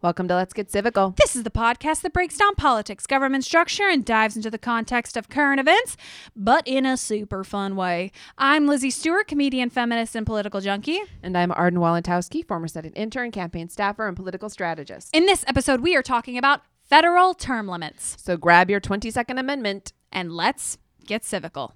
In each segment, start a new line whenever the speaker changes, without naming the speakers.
welcome to Let's Get Civical.
This is the podcast that breaks down politics, government structure, and dives into the context of current events, but in a super fun way. I'm Lizzie Stewart, comedian, feminist, and political junkie.
And I'm Arden Walentowski, former Senate intern, campaign staffer, and political strategist.
In this episode, we are talking about federal term limits.
So grab your 22nd Amendment.
And let's get civical.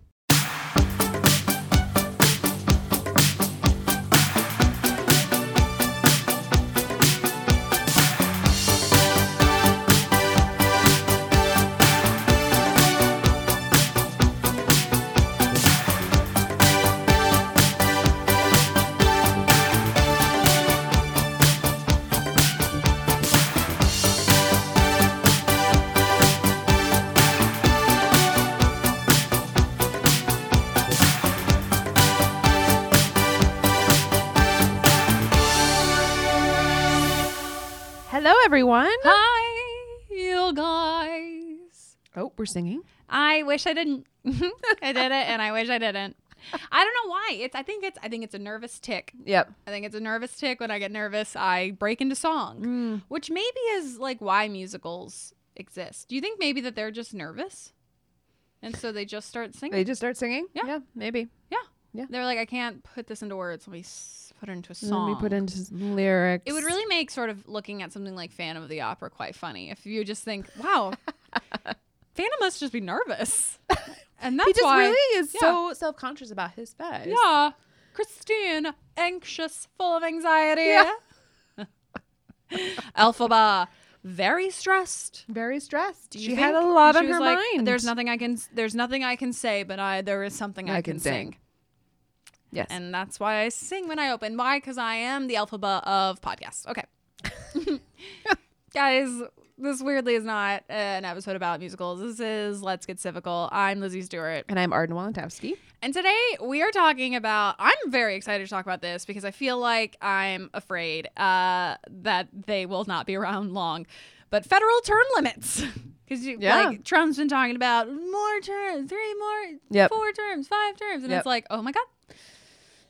Hello everyone.
Hi, you guys.
Oh, we're singing.
I wish I didn't. I did it, and I wish I didn't. I don't know why. It's. I think it's. I think it's a nervous tick.
Yep.
I think it's a nervous tick. When I get nervous, I break into song,
Mm.
which maybe is like why musicals exist. Do you think maybe that they're just nervous, and so they just start singing?
They just start singing?
Yeah.
maybe.
yeah,
Yeah.
They're like, I can't put this into words. Let me s- put it into a
Let
song.
me put into s- lyrics.
It would really make sort of looking at something like Phantom of the Opera quite funny if you just think, wow, Phantom must just be nervous, and that's
He just
why.
really is
Yeah.
so self-conscious about his face.
Yeah. Christine, anxious, full of anxiety.
Yeah.
Elphaba, very stressed.
Very stressed.
Do
She
you
had a
think-
lot
she
on
was
her
like,
mind.
There's nothing I can there's nothing I can say, but I there is something I, can, sing.
Yes.
And that's why I sing when I open. Why? Because I am the Elphaba of podcasts. Okay. Guys, this weirdly is not an episode about musicals. This is Let's Get Civical. I'm Lizzie Stewart.
and I'm Arden Walentowski.
And today we are talking about. I'm very excited to talk about this because I feel like I'm afraid uh, that they will not be around long. But federal term limits, because you
Yeah.
like Trump's been talking about more terms, three more,
Yep.
four terms, five terms, and
Yep.
it's like, oh my god,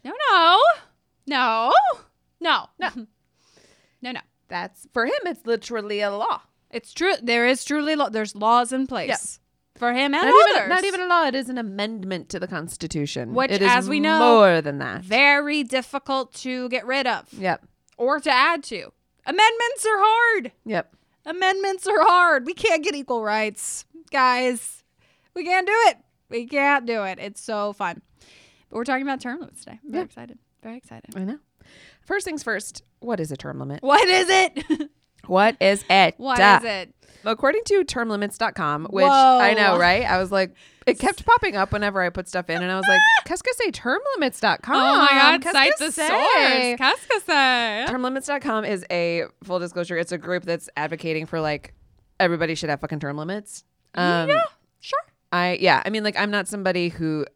no, no, no, no, no, no, no.
That's for him it's literally a law.
It's true. There is truly law. There's laws in place for him
Not
and others.
even, not even a law. It is an amendment to the Constitution.
Which,
It is
as we know,
more than that.
very difficult to get rid of.
Yep.
or to add to. Amendments are hard.
Yep.
Amendments are hard. We can't get equal rights, guys. We can't do it. We can't do it. It's so fun. But we're talking about term limits today. I'm very
Yeah.
excited. Very excited.
I know. First things first, what is a term limit?
What is it?
What is it?
What is it?
According to termlimits.com, which
Whoa.
I know, right? I was like, it kept popping up whenever I put stuff in, and I was like, Qu'est-ce que c'est termlimits.com?
Oh Um,
Qu'est-ce que c'est?
Cascasa.
Termlimits.com is a full disclosure, it's a group that's advocating for like everybody should have fucking term limits. Um,
yeah, sure.
I yeah, I mean like I'm not somebody who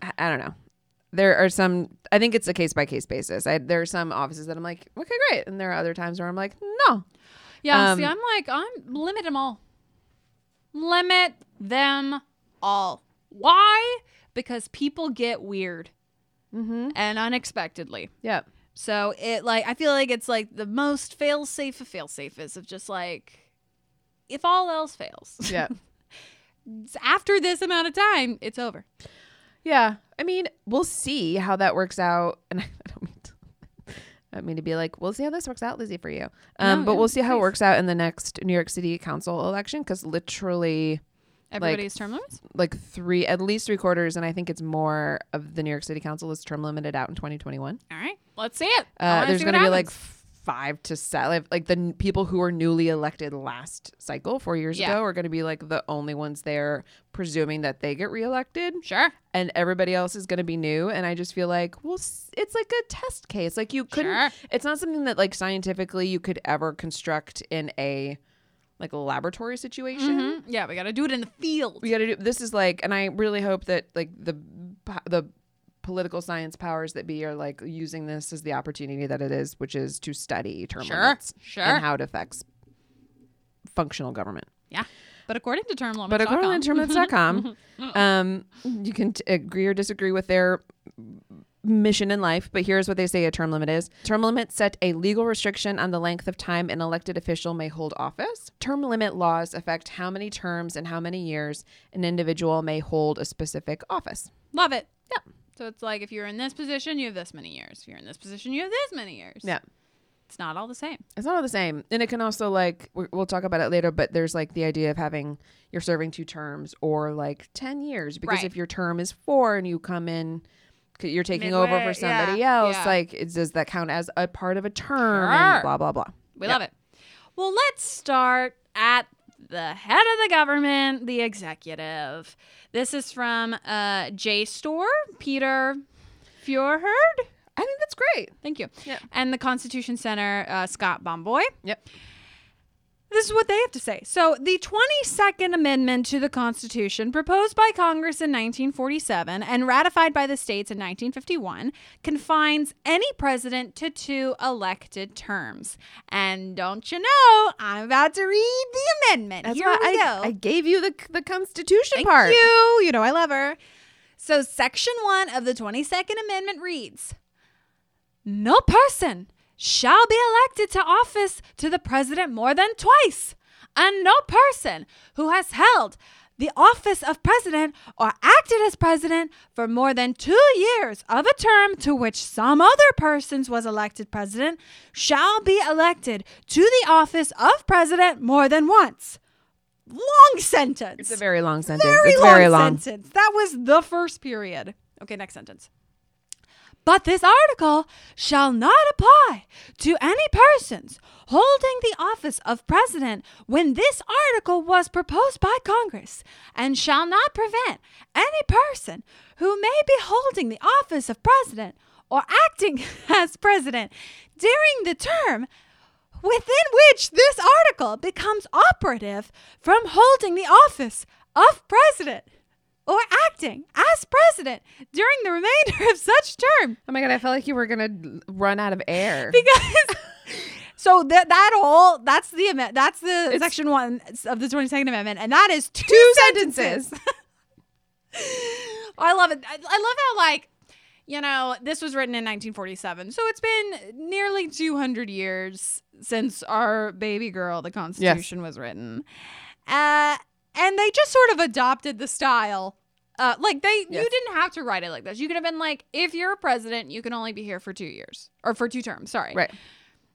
I, I don't know. There are some I think it's a case by case basis. I there are some offices that I'm like, okay, great. And there are other times where I'm like, no.
Yeah.
Um,
see, I'm like, I'm limit them all. Limit them all. Why? Because people get weird
Mm-hmm.
and unexpectedly.
Yeah.
So it like I feel like it's like the most fail safe of fail safe is of just like if all else fails.
Yeah.
After this amount of time, it's over.
Yeah. I mean, we'll see how that works out. And I don't mean to, I don't mean to be like, we'll see how this works out, Lizzie, for you. Um,
No,
but
yeah,
we'll see how it
please.
works out in the next New York City Council election because literally,
Everybody's term limits?
like three, at least three quarters, and I think it's more of the New York City Council is term limited out in 2021.
All right. Let's see it. I
Uh,
wanna
there's
see
going
what
to be like
happens.
five to seven, like, like the n- people who were newly elected last cycle, four years
Yeah.
ago, are going to be like the only ones there, presuming that they get reelected
Sure.
and everybody else is going to be new and i just feel like well s- it's like a test case like you couldn't
Sure.
it's not something that like scientifically you could ever construct in a like laboratory situation
Mhm. Yeah, we got to do it in the field.
we got to do this is like and i really hope that like the po- the political science powers that be are like using this as the opportunity that it is which is to study term
Sure,
limits
sure.
and how it affects functional government
Yeah. But according to term limits.
but according to terminus.com, um, you can t- agree or disagree with their mission in life, but here's what they say a term limit is. Term limits set a legal restriction on the length of time an elected official may hold office. Term limit laws affect how many terms and how many years an individual may hold a specific office.
Love it. Yeah. So it's like if you're in this position, you have this many years. If you're in this position, you have this many years.
Yeah.
It's not all the same.
It's not all the same. And it can also like we- we'll talk about it later, but there's like the idea of having you're serving two terms or like 10 years because
Right.
if your term is 4 and you come in 'cause you're taking over for
Midway,
somebody
yeah,
else,
yeah.
like it- does that count as a part of a term and
Sure.
blah blah blah.
We love it. Well, let's start at the head of the government, the executive. This is from uh, JSTOR, Peter Fjorherd.
I think that's great.
Thank you.
Yeah.
And the Constitution Center, uh, Scott Bomboy.
Yep.
This is what they have to say. So, the 22nd Amendment to the Constitution, proposed by Congress in 1947 and ratified by the states in 1951, confines any president to two elected terms. And don't you know, I'm about to read the amendment.
That's
Here
why
we
I,
go.
I gave you the the constitution
Thank
part.
you. You know I love her. So section 1 of the 22nd Amendment reads, "No person shall be elected to office to the president more than twice, and no person who has held the office of president or acted as president for more than two years of a term to which some other persons was elected president shall be elected to the office of president more than once. Long sentence
It's a very long sentence.
very
it's
long
very long.
sentence. That was the first period. Okay, next sentence. But this article shall not apply to any persons holding the office of president when this article was proposed by Congress, and shall not prevent any person who may be holding the office of president or acting as president during the term within which this article becomes operative from holding the office of president or acting as president during the remainder of such term
Oh my god, I felt like you were going to run out of air.
because so that that all that's the amendment that's the section 1 of the 22nd amendment and that is two, sentences. I love it. I, I love how like you know this was written in 1947, so it's been nearly 200 years since our baby girl, the Constitution, was written, uh, and they just sort of adopted the style. Uh, like they, you
Yes.
didn't have to write it like this. You could have been like, if you're a president, you can only be here for two years or for two terms. Sorry,
Right.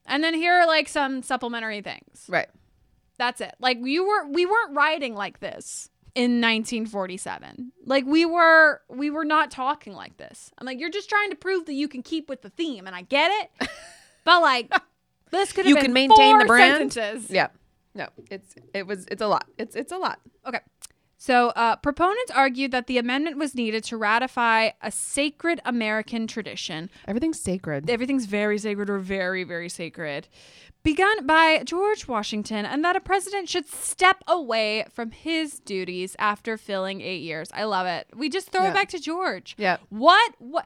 And then here are like some supplementary things.
Right.
That's it. Like you were we weren't writing like this in 1947. Like we were we were not talking like this. I'm like you're just trying to prove that you can keep with the theme and I get it. but like this could have
You
been
can maintain
four
the brand.
sentences.
Yeah. No, it's it was it's a lot. It's it's a lot.
Okay. So, uh, proponents argued that the amendment was needed to ratify a sacred American tradition
Everything's sacred.
everything's very sacred or very, very sacred, begun by George Washington, and that a president should step away from his duties after filling eight years. I love it. We just throw it
Yeah.
back to George.
Yeah.
What what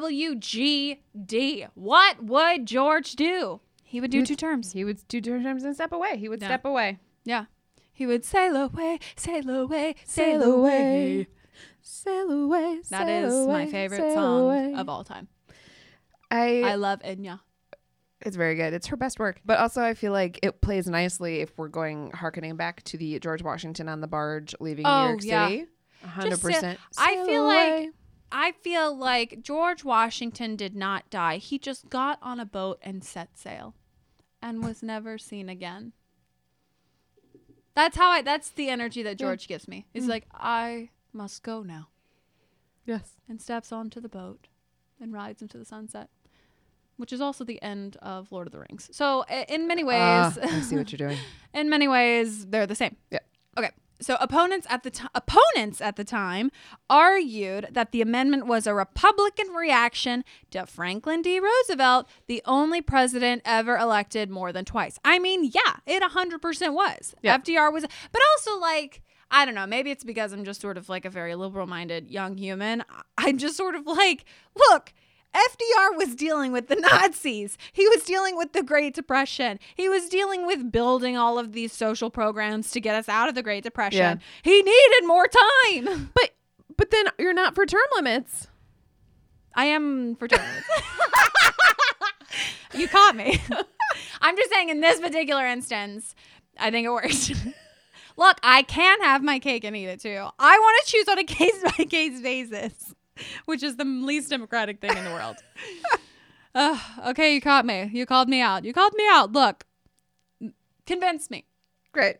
WWGD. What would George do? He would do two terms.
He would do two terms and step away. He would
Yeah.
step away.
Yeah. He would sail away, sail away,
Sail
sail
away,
away.
Sail away.
That
sail
is my
away,
favorite
sail
song
away.
of all time.
I,
I love Enya.
It's very good. It's her best work. But also, I feel like it plays nicely if we're going harkening back to the George Washington on the barge leaving New
Oh,
York
yeah.
City. A Hundred
Just sail-
percent.
I
Sail
feel
away.
like I feel like George Washington did not die. He just got on a boat and set sail and was never seen again. That's how I that's the energy that George gives me.
Mm.
He's like, I must go now.
yes.
And steps onto the boat and rides into the sunset. Which is also the end of Lord of the Rings. So i- in many ways
Ah, I see what you're doing.
in many ways they're the same.
Yeah.
Okay. So opponents at the ti opponents at the time argued that the amendment was a Republican reaction to Franklin D. Roosevelt, the only president ever elected more than twice. I mean, yeah, it 100% was.
Yeah.
FDR was but also like I don't know, maybe it's because I'm just sort of like a very liberal-minded young human. I- I'm just sort of like, look, FDR was dealing with the Nazis. He was dealing with the Great Depression. He was dealing with building all of these social programs to get us out of the Great Depression.
Yeah.
He needed more time.
But but then you're not for term limits.
I am for term limits. you caught me. I'm just saying, in this particular instance, I think it worked. Look, I can have my cake and eat it too. I want to choose on a case by case basis, which is the least democratic thing in the world. Ugh, okay, you caught me. You called me out. You called me out. Look, convince me.
Great.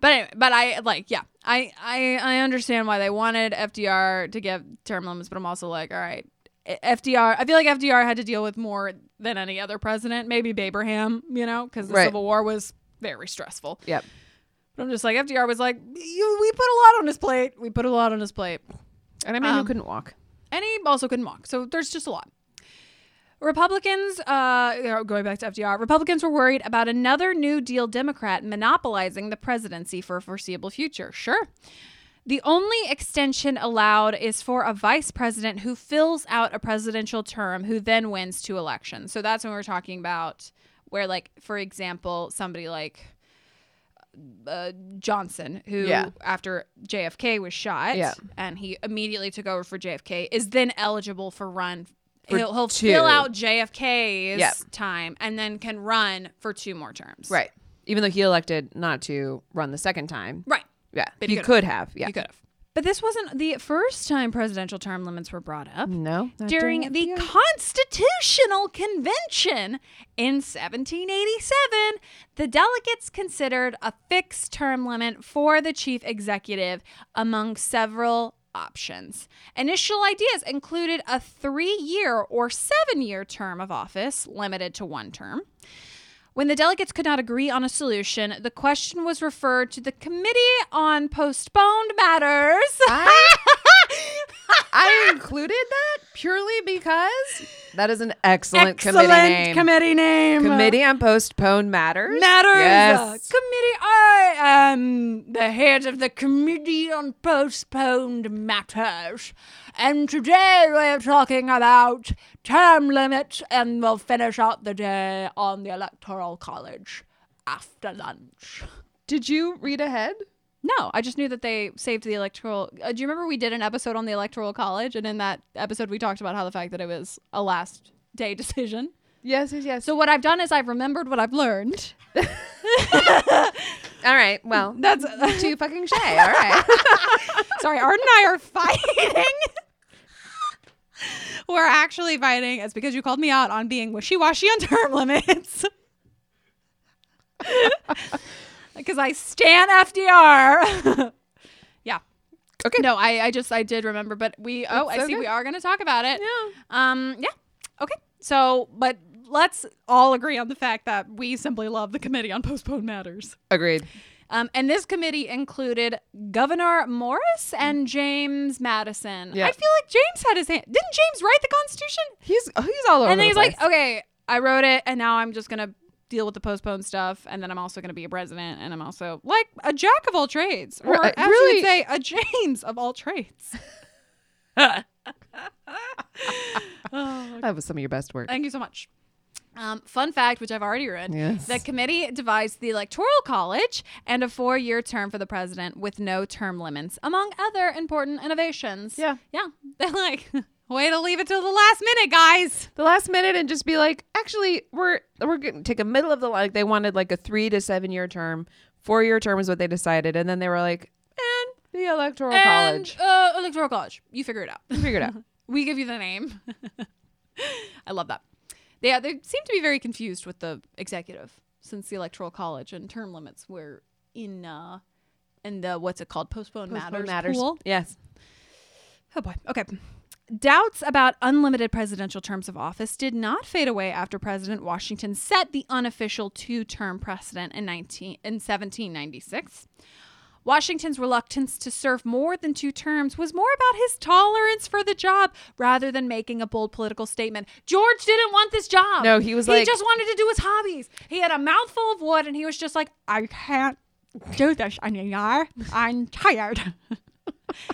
But anyway, but I like yeah. I, I I understand why they wanted FDR to give term limits, but I'm also like, all right, I- FDR. I feel like FDR had to deal with more than any other president. Maybe Abraham, you know, because the
Right.
Civil War was very stressful.
Yep.
But I'm just like FDR was like, you, we put a lot on his plate. We put a lot on his plate.
And I mean, you
Um,
couldn't walk.
And he also couldn't walk. So there's just a lot. Republicans, uh, you know, going back to FDR, Republicans were worried about another New Deal Democrat monopolizing the presidency for a foreseeable future. Sure. The only extension allowed is for a vice president who fills out a presidential term who then wins two elections. So that's when we're talking about where, like, for example, somebody like uh, Johnson, who
Yeah.
after JFK was shot
Yeah.
and he immediately took over for JFK, is then eligible for run.
For
he'll he'll
two.
fill out JFK's
Yep.
time and then can run for two more terms.
Right. Even though he elected not to run the second time.
Right.
Yeah.
But
he
he
could have. Yeah.
You could have. But this wasn't the first time presidential term limits were brought up.
No. not
during the
FDR.
Constitutional Convention in 1787, the delegates considered a fixed term limit for the chief executive among several options. Initial ideas included a three year or seven year term of office, limited to one term. When the delegates could not agree on a solution, the question was referred to the Committee on Postponed Matters.
I, I included that purely because that is an excellent, committee name.
committee name.
Committee on Postponed Matters.
matters.
Yes.
Committee. I am the head of the committee on postponed matters, and today we're talking about term limits, and we'll finish out the day on the electoral college after lunch.
Did you read ahead?
No, I just knew that they saved the electoral. Uh, do you remember we did an episode on the electoral college, and in that episode we talked about how the fact that it was a last day decision.
Yes, yes, yes.
So what I've done is I've remembered what I've learned.
all right. Well,
That's
too fucking shy. All right.
Sorry, Art and I are fighting. We're actually fighting. It's because you called me out on being wishy washy on term limits. Because I stand FDR. yeah.
Okay.
No, I, I just I did remember, but we oh
That's
I
so
see
good.
we are gonna talk about it.
Yeah.
Um. Yeah. Okay. So, but let's all agree on the fact that we simply love the committee on postponed matters.
Agreed.
Um, and this committee included Governor Morris and James Madison.
Yeah.
I feel like James had his hand. Didn't James write the Constitution?
He's oh, he's all over.
and
the
then he's
place.
like, okay, I wrote it, and now I'm just going to deal with the postponed stuff, and then I'm also going to be a president, and I'm also like a jack of all trades. Or
Right,
as you
really-
would say, a James of all trades.
that was some of your best work.
Thank you so much. Um, fun fact, which I've already read.
Yes.
The committee devised the Electoral College and a four year term for the president with no term limits, among other important innovations.
Yeah.
Yeah. They're like, way to leave it till the last minute, guys.
the last minute and just be like, actually, we're we're gonna take a middle of the like they wanted like a three to seven year term, four year term is what they decided, and then they were like, and the electoral
And,
college
Uh, Electoral College. You figure it out.
figured out.
we give you the name. I love that. They, uh, they seem to be very confused with the executive since the Electoral College and term limits were in, uh, in the, what's it called? Postponed, matters, pool.
Yes.
Oh boy. Okay. Doubts about unlimited presidential terms of office did not fade away after President Washington set the unofficial two-term precedent in 19 in 1796. Washington's reluctance to serve more than two terms was more about his tolerance for the job rather than making a bold political statement. George didn't want this job.
No, he was
he
like-
just wanted to do his hobbies. He had a mouthful of wood and he was just like, I can't do this anymore. I'm tired.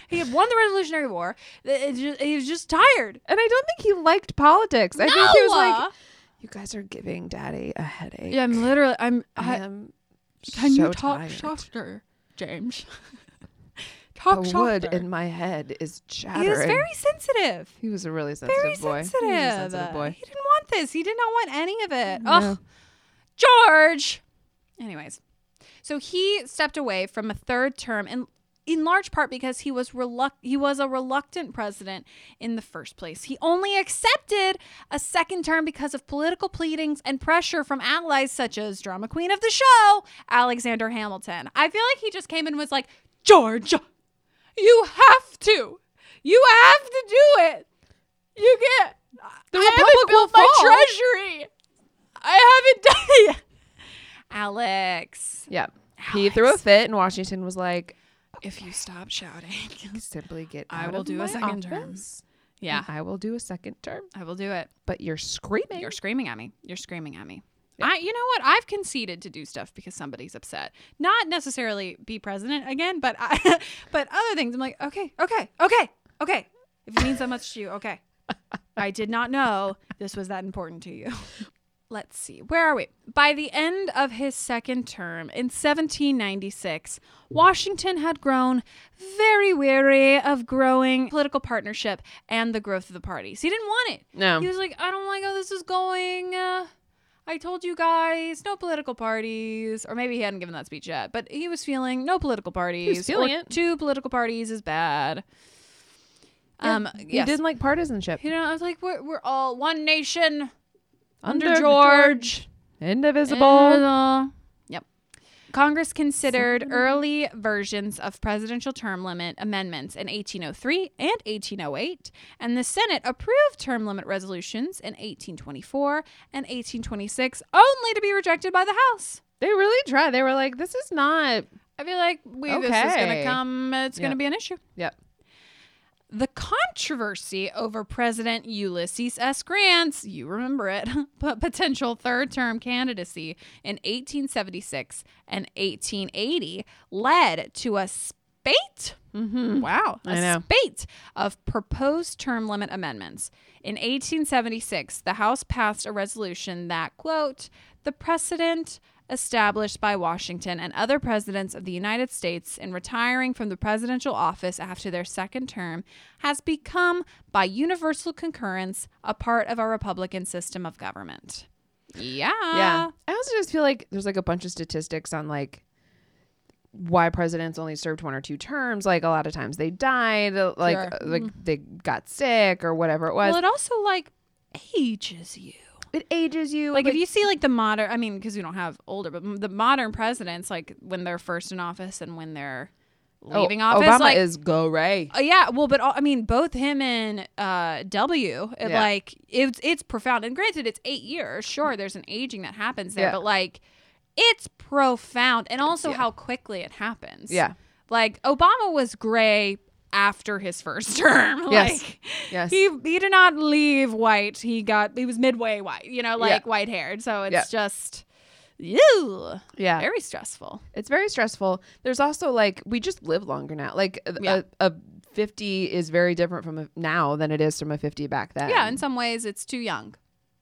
he had won the Revolutionary War. It- it ju- he was just tired.
And I don't think he liked politics. I think he was
No!
like, you guys are giving daddy a headache.
Yeah, I'm literally. I'm.
I
I,
am
can
so
you talk
tired.
softer, James?
The
talk
wood
softer.
in my head is chattering.
he was very sensitive.
He was a really sensitive
Very
boy.
sensitive.
He was a sensitive boy.
He didn't want this. He did not want any of it. Ugh, George. Anyways, so he stepped away from a third term and. In large part because he was reluct- he was a reluctant president in the first place. He only accepted a second term because of political pleadings and pressure from allies such as drama queen of the show, Alexander Hamilton. I feel like he just came and was like, "George, you have to. You have to do it. You get the
Republic will
my
fall."
treasury. I haven't done it yet. Alex,
Yeah. He threw a fit, and Washington was like,
if you stop shouting.
simply get
I
out
will
of
do a
my
second term.
office,
Yeah,
and I will do a second term.
I will do it.
But you're screaming.
You're screaming at me. You're screaming at me. I you know what? I've conceded to do stuff because somebody's upset. Not necessarily be president again, but I, but other things. I'm like, okay, okay, okay, okay. If it means that much to you, okay. I did not know this was that important to you. Let's see. Where are we? By the end of his second term in 1796, Washington had grown very weary of growing political partnership and the growth of the parties. He didn't want it.
No.
He was like, I don't like how this is going. Uh, I told you guys, no political parties. Or maybe he hadn't given that speech yet, but he was feeling no political parties.
feeling
or
it.
Two political parties is bad. Um,
He
yes.
didn't like partisanship.
You know, I was like, we're, we're all one nation under,
Under
George.
Indivisible.
Yep. Congress considered early versions of presidential term limit amendments in 1803 and 1808, and the Senate approved term limit resolutions in 1824 and 1826, only to be rejected by the House.
They really tried. They were like, this is not.
I feel like we this is going to
Okay.
come, it's going to
Yep.
be an issue.
Yep.
The controversy over President Ulysses S. Grant's, you remember it, but potential third term candidacy in 1876 and 1880 led to a spate. Wow. a
Mm-hmm. I know.
spate of proposed term limit amendments. In 1876, the House passed a resolution that, quote, the precedent established by Washington and other presidents of the United States in retiring from the presidential office after their second term has become, by universal concurrence, a part of our Republican system of government. Yeah.
Yeah. I also just feel like there's like a bunch of statistics on like why presidents only served one or two terms. Like a lot of times they died, uh, like
Sure. Mm-hmm.
uh, like they got sick or whatever it was.
Well, it also like ages you.
it ages you.
like, if you see like the modern i mean because we don't have older but m- the modern presidents like when they're first in office and when they're
oh,
leaving office
Obama
like
is go Ray.
uh, yeah well but all, i mean both him and uh w it,
Yeah.
like it's it's profound and granted it's eight years sure there's an aging that happens there
Yeah.
but like it's profound and also how quickly it happens
Yeah.
like obama was gray after his first term
Yes.
like
Yes.
he he did not leave white. He got he was midway white, you know, like
Yeah.
white haired. So it's
Yeah.
just ew,
yeah.
very stressful.
It's very stressful. There's also like we just live longer now. Like a-
Yeah.
a, a 50 is very different from a, now than it is from a 50 back then.
yeah, in some ways it's too young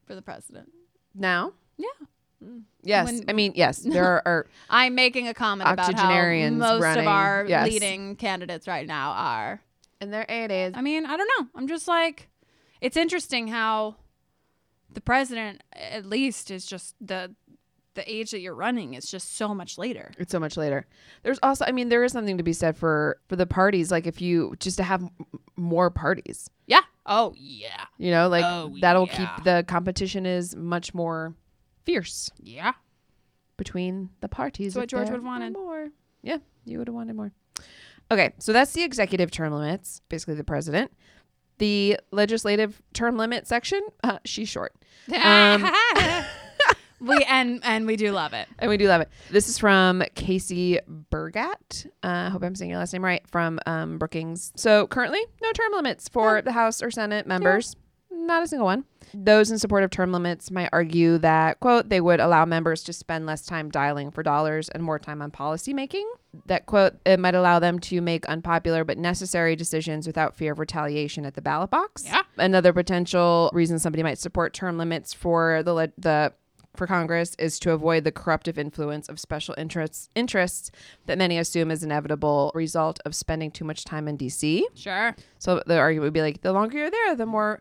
for the president.
now?
Yeah.
Yes.
When-
I mean, yes. There are, are
I'm making a comment about how
Octogenarians
most
running,
of our
yes.
leading candidates right now are.
in their 80s.
I mean, I don't know. I'm just like, it's interesting how the president, at least, is just the the age that you're running is just so much later.
It's so much later. There's also, I mean, there is something to be said for for the parties. Like if you just to have m- more parties,
Yeah. Oh yeah.
you know, like
Oh,
that'll
yeah.
keep the competition is much more fierce
Yeah.
between the parties.
That's what
if
George
there
would've
were
wanted.
more. Yeah, you would have wanted more. Okay, so that's the executive term limits, basically the president. The legislative term limit section, uh, she's short. Um,
we and and we do love it.
And we do love it. This is from Casey Burgat. Uh, I hope I'm saying your last name right. From um, Brookings. So currently, no term limits for the House or Senate members. Not a single one. Those in support of term limits might argue that, quote, they would allow members to spend less time dialing for dollars and more time on policy making. That, quote, it might allow them to make unpopular but necessary decisions without fear of retaliation at the ballot box.
Yeah.
Another potential reason somebody might support term limits for the, le- the for Congress is to avoid the corruptive influence of special interests interests that many assume is inevitable result of spending too much time in DC.
Sure.
So the argument would be like the longer you're there, the more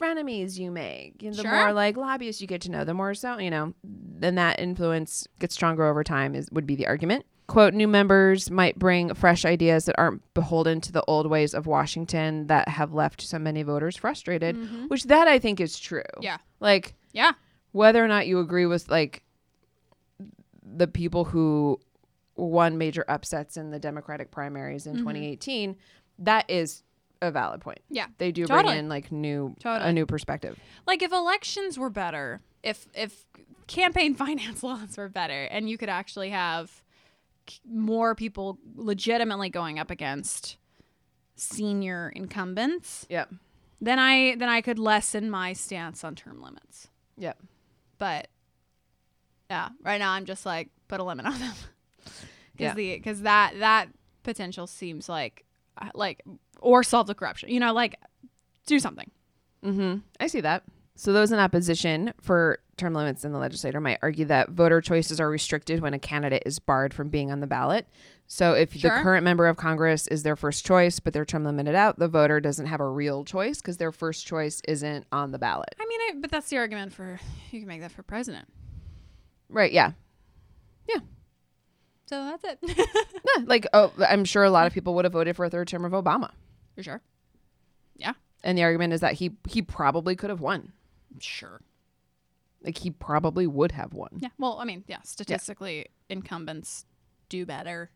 frenemies you make, and the
Sure.
more like lobbyists you get to know, the more so you know, then that influence gets stronger over time is would be the argument. Quote, new members might bring fresh ideas that aren't beholden to the old ways of Washington that have left so many voters frustrated, which that I think is true.
Mm-hmm. Yeah.
Like
Yeah.
whether or not you agree with like the people who won major upsets in the Democratic primaries in
Mm-hmm.
2018, that is a valid point.
Yeah.
They do
Totally.
bring in like new
Totally.
a new perspective.
Like if elections were better, if if campaign finance laws were better, and you could actually have c- more people legitimately going up against senior incumbents,
Yep.
then I then I could lessen my stance on term limits.
Yep.
But yeah, right now I'm just like put a limit on them
Yeah.
because the because that that potential seems like uh, like or solve the corruption. You know, like do something.
Mm-hmm. I see that. So those in opposition for term limits in the legislature might argue that voter choices are restricted when a candidate is barred from being on the ballot. So if
Sure.
the current member of Congress is their first choice, but they're term limited out, the voter doesn't have a real choice because their first choice isn't on the ballot.
I mean, I, but that's the argument for you can make that for president.
Right? Yeah.
So that's it.
Yeah, like oh, I'm sure a lot of people would have voted for a third term of Obama,
for sure. Yeah.
and the argument is that he he probably could have won.
Sure.
Like he probably would have won.
Yeah. Well, I mean, yeah, statistically, incumbents do better.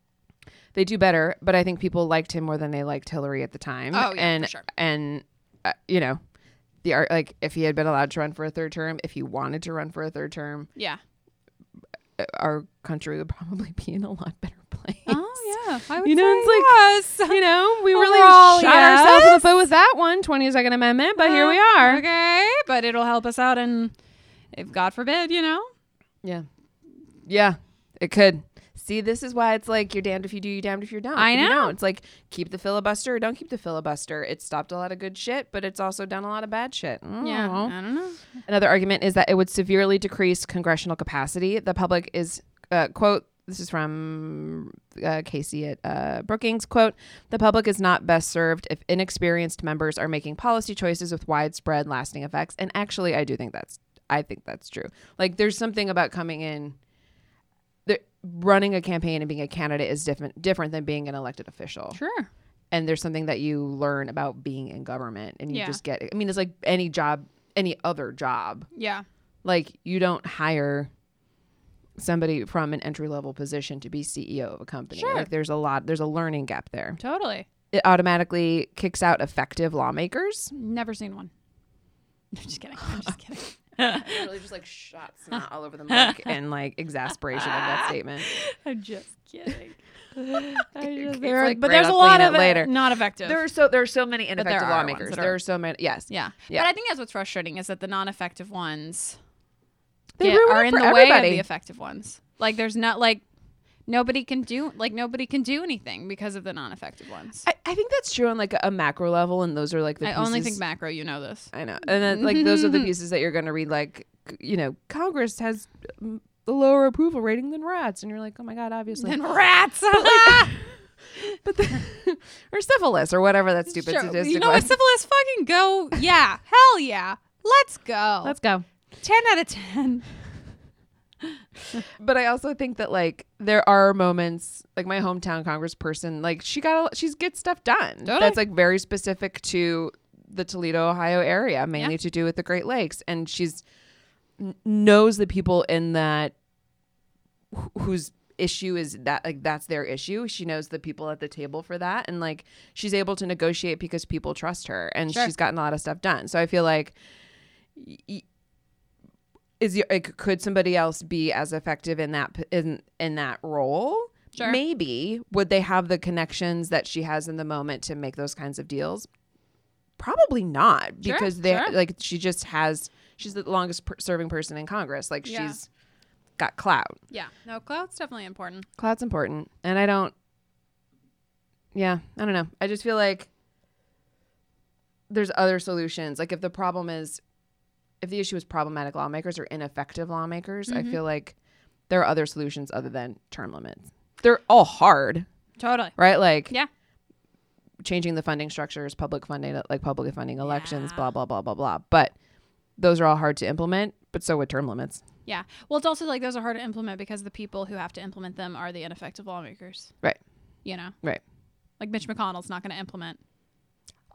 They do better, but I think people liked him more than they liked Hillary at the time.
Oh, yeah, for
and
sure.
and uh, you know, the ar- like if he had been allowed to run for a third term, if he wanted to run for a third term,
Yeah.
uh, our country would probably be in a lot better place.
Oh, yeah. I
You know, it's like you know, we really
Overall,
shot ourselves in the
yes. Uh-huh.
foot with that one, 20 Second Amendment, but here we are.
Okay. But it'll help us out, and if God forbid, you know?
Yeah. Yeah. It could. See, this is why it's like you're damned if you do, you damned if you're not.
I
If you
know.
don't, It's like keep the filibuster or don't keep the filibuster. It stopped a lot of good shit, but it's also done a lot of bad shit. Mm.
Yeah. I don't know.
Another argument is that it would severely decrease congressional capacity. The public is, uh, quote, this is from uh, Casey at uh, Brookings, quote, the public is not best served if inexperienced members are making policy choices with widespread lasting effects. And actually, I do think that's, I think that's true. Like, there's something about coming in, the, running a campaign and being a candidate is different, different than being an elected official
Sure.
and there's something that you learn about being in government and you
Yeah.
just get i mean it's like any job any other job
Yeah.
like you don't hire somebody from an entry level position to be ceo of a company
Sure.
like there's a lot there's a learning gap there
Totally.
it automatically kicks out effective lawmakers
Never seen one. I'm just kidding. I'm just kidding.
really just like shots not all over the mic and like exasperation of that statement
I'm just kidding.
It's
There are-
like,
but
great,
there's
I'll
a
clean
lot
it
of uh, it
later
not effective.
there are so there are so many ineffective
are ones
lawmakers
that are-
there are so many yes
Yeah.
Yeah.
But I think that's what's frustrating is that the non-effective ones
They
get-
ruin
are
it
in
for
the way of
everybody.
the effective ones. Like there's not like Nobody can do like nobody can do anything because of the non-effective ones.
I, I think that's true on like a macro level, and those are like the.
I only think
pieces-
macro. You know this.
I know, and then like those are the pieces that you're going to read. Like, c- you know, Congress has mm, a lower approval rating than rats, and you're like, oh my god, obviously,
And rats.
but the, or syphilis or whatever that stupid
Sure.
statistic
You know what,
was.
syphilis? Fucking go. Yeah. Hell yeah. Let's go.
Let's go.
10 out of 10.
But I also think that like there are moments like my hometown congressperson like she got a, she's gets stuff done
Totally.
that's like very specific to the Toledo, Ohio area, mainly to do with the Great Lakes, and she's n- knows the people in that wh- whose issue is that like that's their issue. She knows the people at the table for that, and like she's able to negotiate because people trust her, and she's gotten a lot of stuff done. So I feel like. y- y- is your- like, could somebody else be as effective in that p- in in that role?
Sure.
Maybe would they have the connections that she has in the moment to make those kinds of deals? Probably not
Sure,
because they
sure.
like she just has she's the longest per- serving person in Congress. Like
Yeah.
she's got clout.
Yeah. No, cloud's definitely important.
Clout's important, and I don't. Yeah, I don't know. I just feel like there's other solutions. Like if the problem is, if the issue is problematic lawmakers or ineffective lawmakers, I feel like there are other solutions other than term limits. They're all hard,
Totally.
right? Like
Yeah.
changing the funding structures, public funding, like public funding elections, blah blah blah blah blah. But those are all hard to implement. But so with term limits,
Yeah. Well, it's also like those are hard to implement because the people who have to implement them are the ineffective lawmakers.
right?
You know,
Right.
like Mitch McConnell's not going to implement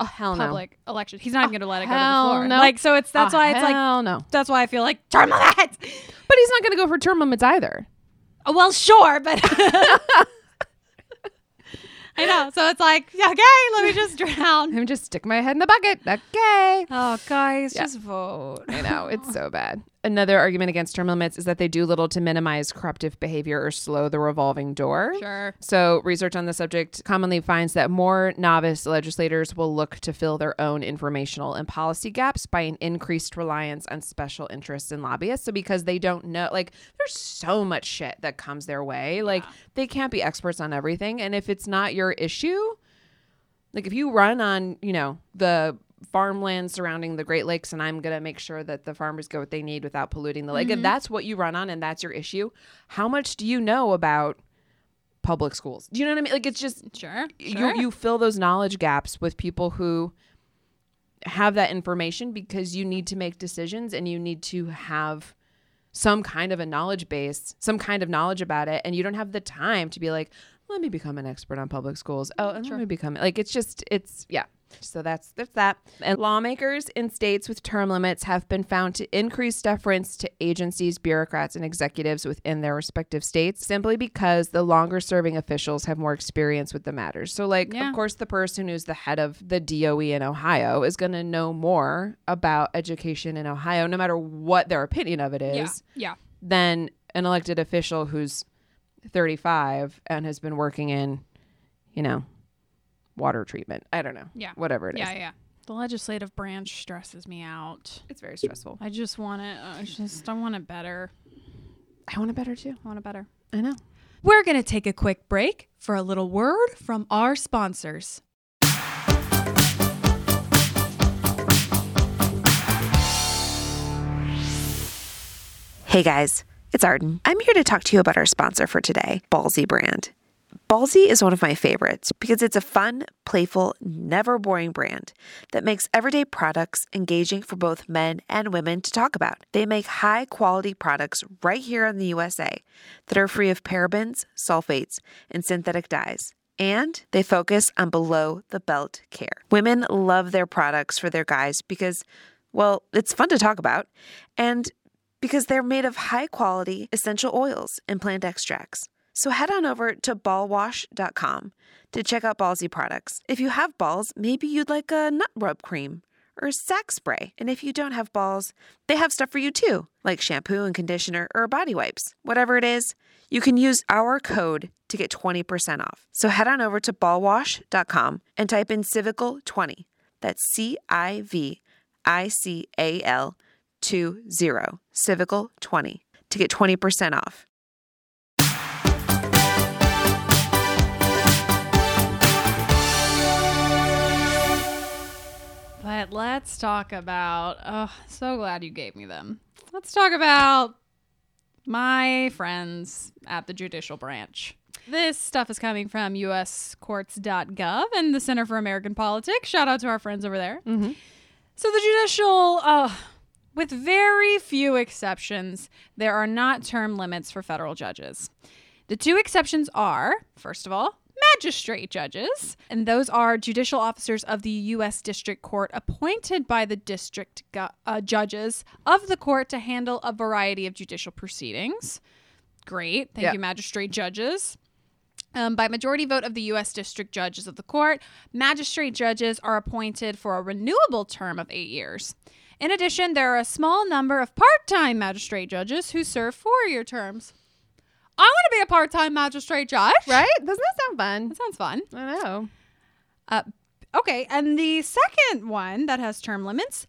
Oh hell
public election. He's not even going to let it go to
hell
the floor.
no.
Like, so it's that's
Oh,
why it's like
hell no.
that's why I feel like term limits.
But he's not going to go for term limits either.
Oh, well, sure, but I know. So it's like okay, let me just drown.
I'm just stick my head in the bucket. Okay.
Oh, guys, just vote.
I know it's so bad. Another argument against term limits is that they do little to minimize corruptive behavior or slow the revolving door.
Sure.
So, research on the subject commonly finds that more novice legislators will look to fill their own informational and policy gaps by an increased reliance on special interests and lobbyists. So, because they don't know, like, there's so much shit that comes their way. Like, they can't be experts on everything. And if it's not your issue, like, if you run on, you know, the farmland surrounding the Great Lakes, and I'm going to make sure that the farmers get what they need without polluting the lake, if that's what you run on and that's your issue, how much do you know about? public schools. Do you know what I mean? Like it's just
Sure.
you you fill those knowledge gaps with people who have that information because you need to make decisions and you need to have some kind of a knowledge base, some kind of knowledge about it, and you don't have the time to be like, let me become an expert on public schools. Oh, and let me become like it's just it's yeah. So that's that's that. And lawmakers in states with term limits have been found to increase deference to agencies, bureaucrats, and executives within their respective states simply because the longer serving officials have more experience with the matters. So like
Yeah.
of course the person who's the head of the DOE in Ohio is going to know more about education in Ohio no matter what their opinion of it is
Yeah. Yeah.
than an elected official who's 35 and has been working in, you know, water treatment. I don't know.
Yeah.
Whatever it is.
Yeah. Yeah. The legislative branch stresses me out.
It's very stressful.
I just want it. I just I want it better.
I want it better too.
I want it better.
I know.
We're going to take a quick break for a little word from our sponsors.
Hey guys, it's Arden. I'm here to talk to you about our sponsor for today, Ballsy Brand. Ballsy is one of my favorites because it's a fun, playful, never boring brand that makes everyday products engaging for both men and women to talk about. They make high quality products right here in the USA that are free of parabens, sulfates, and synthetic dyes. And they focus on below the belt care. Women love their products for their guys because, well, it's fun to talk about. And because they're made of high quality essential oils and plant extracts. So head on over to ballwash.com to check out Ballsy products. If you have balls, maybe you'd like a nut rub cream or sack spray. And if you don't have balls, they have stuff for you too, like shampoo and conditioner or body wipes. Whatever it is, you can use our code to get 20% off. So head on over to ballwash.com and type in Civical20. That's C I V I C A L 20 Civical 20 to get 20% off.
Let's talk about. Oh, so glad you gave me them. Let's talk about my friends at the judicial branch. This stuff is coming from uscourts.gov and the Center for American Politics. Shout out to our friends over there. So the judicial, uh, with very few exceptions, there are not term limits for federal judges. The two exceptions are, first of all, magistrate judges, and those are judicial officers of the U.S. District Court appointed by the district gu- uh, judges of the court to handle a variety of judicial proceedings. Great. Thank
Yeah.
you, magistrate judges. Um, by majority vote of the U.S. District Judges of the Court, magistrate judges are appointed for a renewable term of eight years. In addition, there are a small number of part time magistrate judges who serve four year terms. I want to be a part time magistrate judge.
Right? Doesn't that sound fun?
That sounds fun.
I know.
Uh, okay, and the second one that has term limits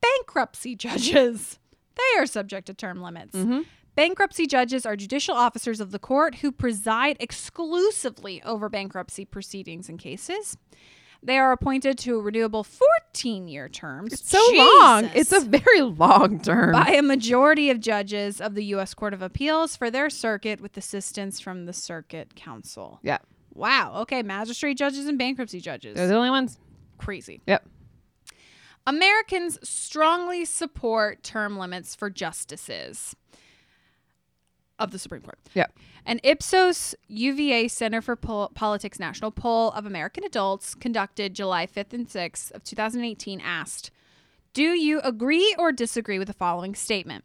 bankruptcy judges. They are subject to term limits.
Mm-hmm.
Bankruptcy judges are judicial officers of the court who preside exclusively over bankruptcy proceedings and cases. They are appointed to a renewable 14 year terms.
So long.
Jesus
It's a very long term.
by a majority of judges of the U.S. Court of Appeals for their circuit with assistance from the Circuit Council.
Yeah.
Wow. Okay. Magistrate judges and bankruptcy judges.
They're the only ones.
Crazy.
Yep.
Americans strongly support term limits for justices of the Supreme Court.
Yep.
An Ipsos UVA Center for Pol- Politics national poll of American adults conducted July 5th and 6th of 2018 asked, "Do you agree or disagree with the following statement?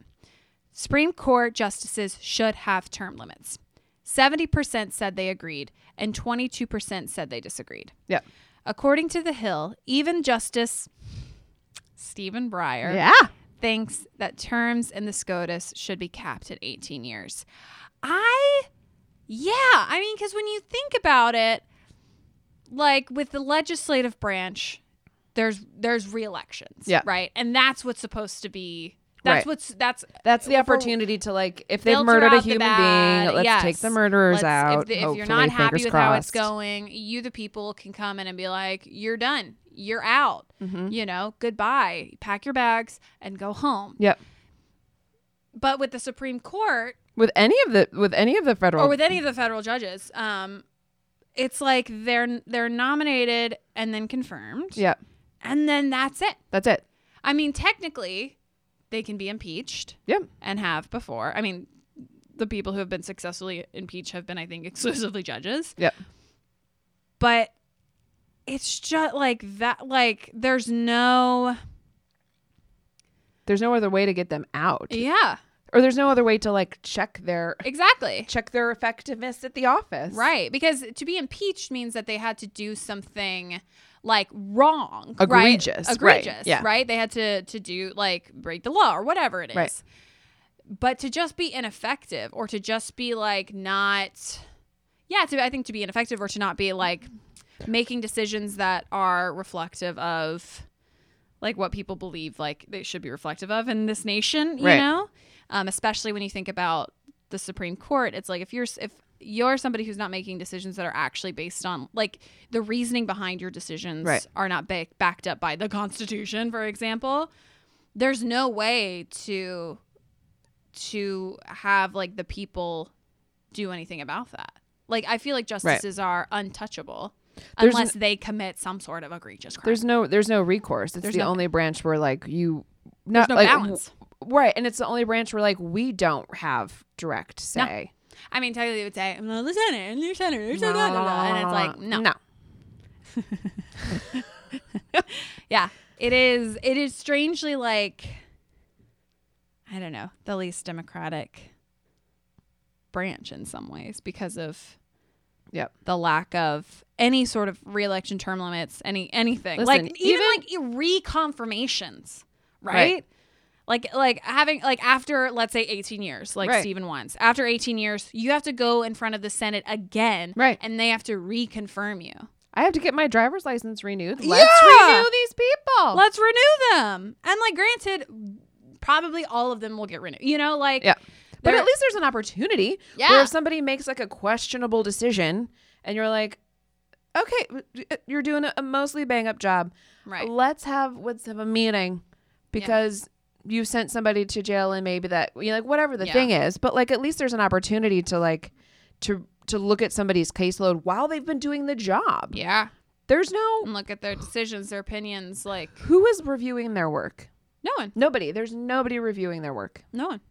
Supreme Court justices should have term limits." 70% said they agreed and 22% said they disagreed.
Yep.
According to The Hill, even Justice Stephen Breyer
Yeah.
thinks that terms in the SCOTUS should be capped at 18 years. I, yeah, I mean, because when you think about it, like with the legislative branch, there's there's re-elections,
Yeah.
right, and that's what's supposed to be. That's
Right.
what's that's
That's the
for-
opportunity to like if they've
filter
murdered a
out the
human
bad.
being, let's
Yes.
take the murderers
Let's-
out.
If, the- if
hopefully,
you're not happy
fingers
with how it's
crossed.
going, you the people can come in and be like, "You're done. You're out.
Mm-hmm.
You know, goodbye. Pack your bags and go home."
Yep.
But with the Supreme Court
With any of the with any of the federal
or with any of the federal judges, um, it's like they're they're nominated and then confirmed,
Yep.
and then that's it.
That's it.
I mean, technically, they can be impeached
Yep.
and have before. I mean, the people who have been successfully impeached have been, I think, exclusively judges.
Yep.
But it's just like that. Like, there's no.
There's no other way to get them out.
Yeah,
Or there's no other way to like check their
exactly.
check their effectiveness at the office.
Right. Because to be impeached means that they had to do something like wrong.
Egregious,
Right?
right,
Egregious.
yeah.
right? They had to, to do like break the law or whatever it is.
Right.
But to just be ineffective or to just be like not yeah, to I think to be ineffective or to not be like making decisions that are reflective of like what people believe like they should be reflective of in this nation, you
Right.
know? Um, especially when you think about the Supreme Court, it's like if you're s- if you're somebody who's not making decisions that are actually based on like the reasoning behind your decisions
Right.
are not ba- backed up by the Constitution, for example, there's no way to to have like the people do anything about that. Like I feel like justices are untouchable
There's
unless they commit some sort of egregious crime.
There's no there's no recourse. It's
There's
the
no-
only branch where like you not
no
like,
balance.
w- right, and it's the only branch where like we don't have direct
No.
say.
I mean, technically, they would say, "I'm the senator, and you're senator, you're senator," and it's like, no,
Uh, no.
yeah, it is. It is strangely like, I don't know, the least democratic branch in some ways because of
Yep.
the lack of any sort of reelection term limits, any anything
Listen,
like even, like reconfirmations, right?
Right.
Like like having like after let's say 18 years, like
Right.
Stephen wants after 18 years, you have to go in front of the Senate again,
Right.
And they have to reconfirm you.
I have to get my driver's license renewed. Let's
Yeah!
renew these people.
Let's renew them, and like granted, probably all of them will get renewed. You know, like
yeah. But
there-
at least there's an opportunity
Yeah.
where if somebody makes like a questionable decision and you're like, okay, uh, you're doing a mostly bang up job.
Right.
Let's have let's have a meeting because you sent somebody to jail and maybe that you know, like whatever the
Yeah.
thing is, but like at least there's an opportunity to like to to look at somebody's caseload while they've been doing the job.
Yeah. Mm.
There's no
And look at their decisions, their opinions. Like
who is reviewing their work.
no one,
Nobody. There's nobody reviewing their work.
no one.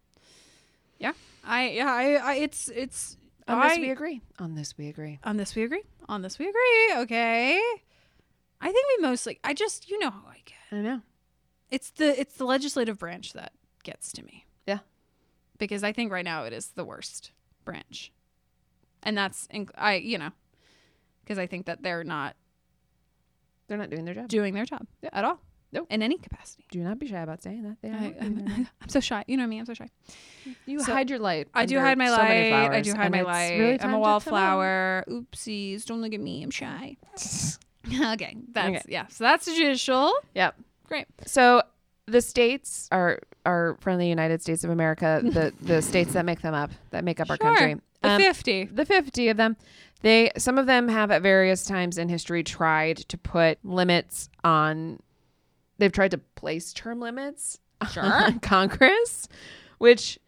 Yeah. I yeah. I, I it's it's.
On
I,
this we agree. On this we agree.
On this we agree. On this we agree. Okay. I think we mostly. I just you know how I get.
I know.
It's the it's the legislative branch that gets to me.
Yeah.
Because I think right now it is the worst branch, and that's in, I you know, because I think that they're not
They're not doing their job.
doing their job at all.
Nope.
In any capacity.
Do not be shy about saying that. They are
I,
not doing their job.
I'm, I'm so shy. You know me. I'm so shy.
You
So-
hide your light.
I do
under
hide my
so many
light. I
flowers,
do hide
and
my
it's
light. I'm a
really time to come out.
wallflower. Oopsies. Don't look at me. I'm shy. okay. That's yeah. So that's judicial.
Yep.
Great.
So the states are our friendly United States of America, the the states that make them up, that make up our
Sure.
country.
The
Um,
50.
the 50 of them they some of them have at various times in history tried to put limits on they've tried to place term limits on congress which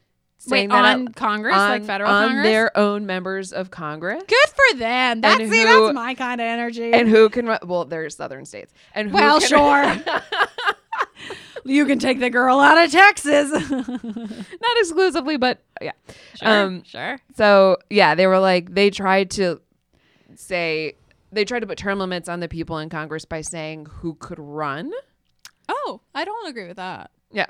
Wait,
saying that out-
on Congress, like
on-
federal
on
Congress.
their own members of congress
Good for them. That's
And
see,
who-
that's my kind of energy.
and who can run well they're southern states and who
well,
can-
sure. you can take the girl out of Texas.
not exclusively but yeah um
sure.
So yeah, they were like they tried to say they tried to put term limits on the people in Congress by saying who could run.
Oh, I don't agree with that.
Yeah.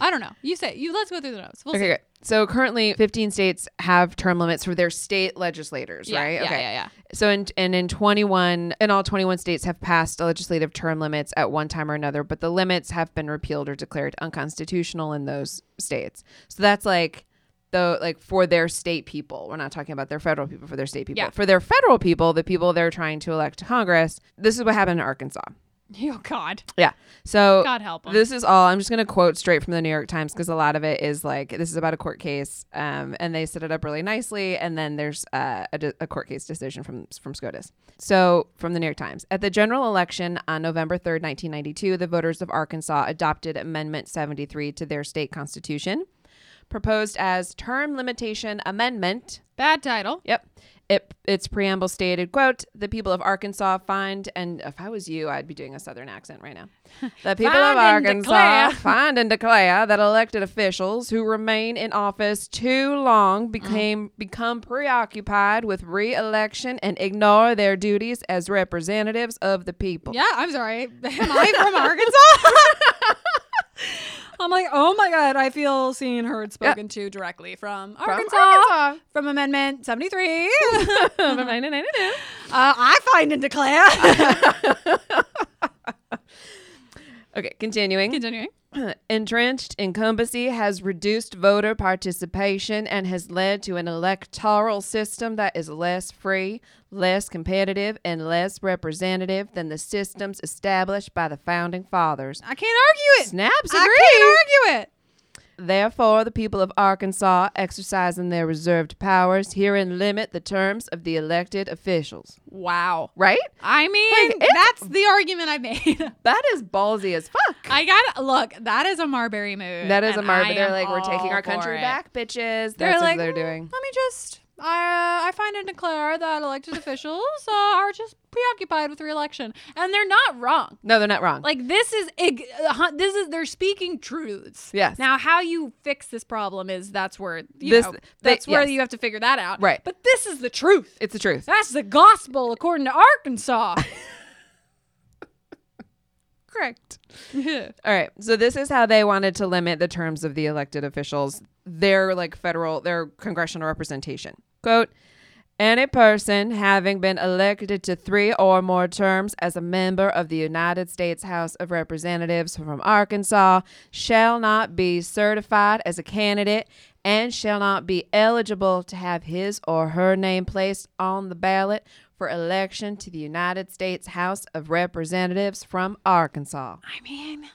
I don't know. You say you. Let's go through the notes. We'll
Okay.
see.
Great. So currently, 15 states have term limits for their state legislators,
Yeah,
right?
yeah,
okay.
yeah, yeah.
So in and in 21, in all 21 states have passed legislative term limits at one time or another, but the limits have been repealed or declared unconstitutional in those states. So that's like though like for their state people. We're not talking about their federal people, for their state people.
Yeah.
For their federal people, the people they're trying to elect to Congress. This is what happened in Arkansas.
Oh God.
Yeah. So
God help 'em.
This is all. I'm just going to quote straight from the New York Times because a lot of it is like this is about a court case, um, and they set it up really nicely. And then there's uh, a, de- a court case decision from from SCOTUS. So from the New York Times, at the general election on November 3rd, 1992, the voters of Arkansas adopted Amendment 73 to their state constitution, proposed as term limitation amendment.
Bad title.
Yep. It, its preamble stated, quote, the people of Arkansas find, and if I was you, I'd be doing a southern accent right now. The people of
Find and
Arkansas
declare."
find and declare that elected officials who remain in office too long
Uh-huh.
became become preoccupied with re-election and ignore their duties as representatives of the people.
Yeah, I'm sorry. Am I from Arkansas? I'm like, oh my god, I feel seen, heard, spoken to directly from Arkansas, from,
Arkansas.
Amendment 73.
From 1992.
Uh, I find and declare.
Okay, continuing.
Continuing.
Entrenched incumbency has reduced voter participation and has led to an electoral system that is less free, less competitive, and less representative than the systems established by the founding fathers.
I can't argue it.
Snaps
I
agree.
can't argue it.
Therefore, the people of Arkansas, exercising their reserved powers, herein limit the terms of the elected officials.
Wow.
Right?
I mean,
Like, it's-
that's the argument I made.
That is ballsy as fuck.
I got look. That is a Marbury move.
That is a
and
mar.
I
They're
am
like, we're taking
all
our
for
country
it.
back, bitches. That's
They're
what
like,
they're
"Mm,
doing.
Let me just. I uh, I find and declare that elected officials uh, are just preoccupied with reelection, and they're not wrong.
No, they're not wrong.
Like this is ig- uh, huh, this is they're speaking truths.
Yes.
Now, how you fix this problem is that's where you
This-
know,
they-
that's where
yes.
you have to figure that out.
Right.
But this is the truth.
it's the truth.
That's the gospel according to Arkansas. Correct.
All right. So this is how they wanted to limit the terms of the elected officials, their like federal, their congressional representation. Quote, any person having been elected to three or more terms as a member of the United States House of Representatives from Arkansas shall not be certified as a candidate and shall not be eligible to have his or her name placed on the ballot for election to the United States House of Representatives from Arkansas.
I mean,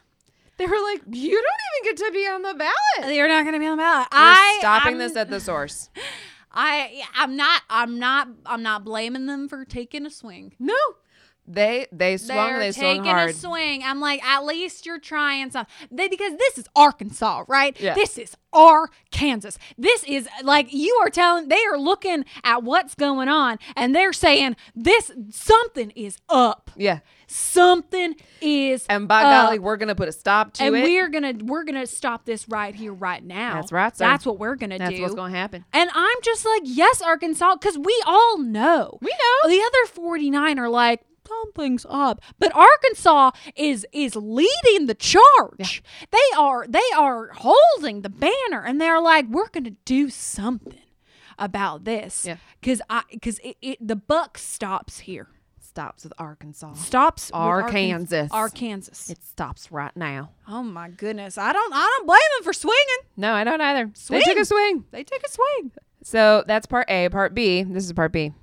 They were like, "You don't even get to be on the ballot."
you're not going to be on the ballot. I
stopping
I'm-
this at the source.
I I'm not I'm not I'm not blaming them for taking a swing.
No. They they swung,
They're
they swung
taking a
hard.
swing. I'm like, at least you're trying something. They, because this is Arkansas, right?
Yeah.
This is our Kansas. This is like you are telling. They are looking at what's going on, and they're saying this something is up.
yeah.
Something is.
And by
up.
golly, we're gonna put a stop to
and
it.
we're gonna we're gonna stop this right here, right now.
That's right, sir.
That's what we're gonna
That's
do.
what's gonna happen.
And I'm just like, yes, Arkansas, because we all know.
We know.
The other 49 are like, something's up. But Arkansas is is leading the charge. They are they are holding the banner and they're like, we're gonna do something about this.
Yeah.
Cause I cause it, it the buck stops here.
Stops with Arkansas.
Stops with
Our
Arkan-
Kansas.
Our Kansas.
It stops right now.
oh my goodness. I don't I don't blame them for swinging.
No, I don't either. They took a swing.
They took a swing.
So that's part A. Part B. This is part B.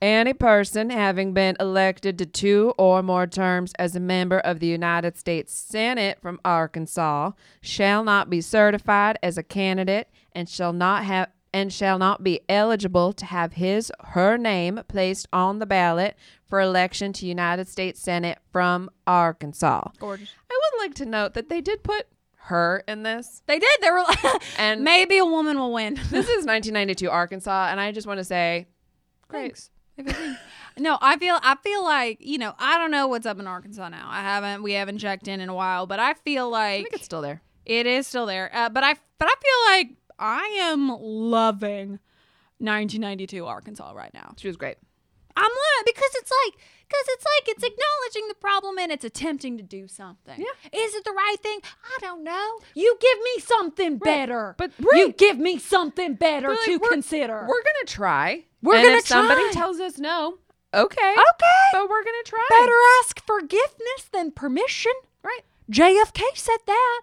Any person having been elected to two or more terms as a member of the United States Senate from Arkansas shall not be certified as a candidate and shall not have and shall not be eligible to have his her name placed on the ballot for election to United States Senate from Arkansas. Gorgeous. I would like to note that they did put her in this.
They did. They were like
And-
maybe a woman will win.
This is 1992 Arkansas, and I just want to say,
Thanks. Everything. no, I feel I feel like you know I don't know what's up in Arkansas now. I haven't we haven't checked in in a while, but I feel
I
like
think it's still there.
it is still there. Uh, but I but I feel like I am loving 1992 Arkansas right now.
She was great.
I'm loving it because it's like because it's like it's acknowledging the problem and it's attempting to do something. Yeah. Is it the right thing? I don't know. You give me something better.
But-
you
right.
give me something better
They're like,
to
"We're-
consider.
We're gonna try.
We're
and
gonna
if somebody
try.
tells us no, okay,
Okay.
but we're gonna try.
Better ask forgiveness than permission.
right?
JFK said that.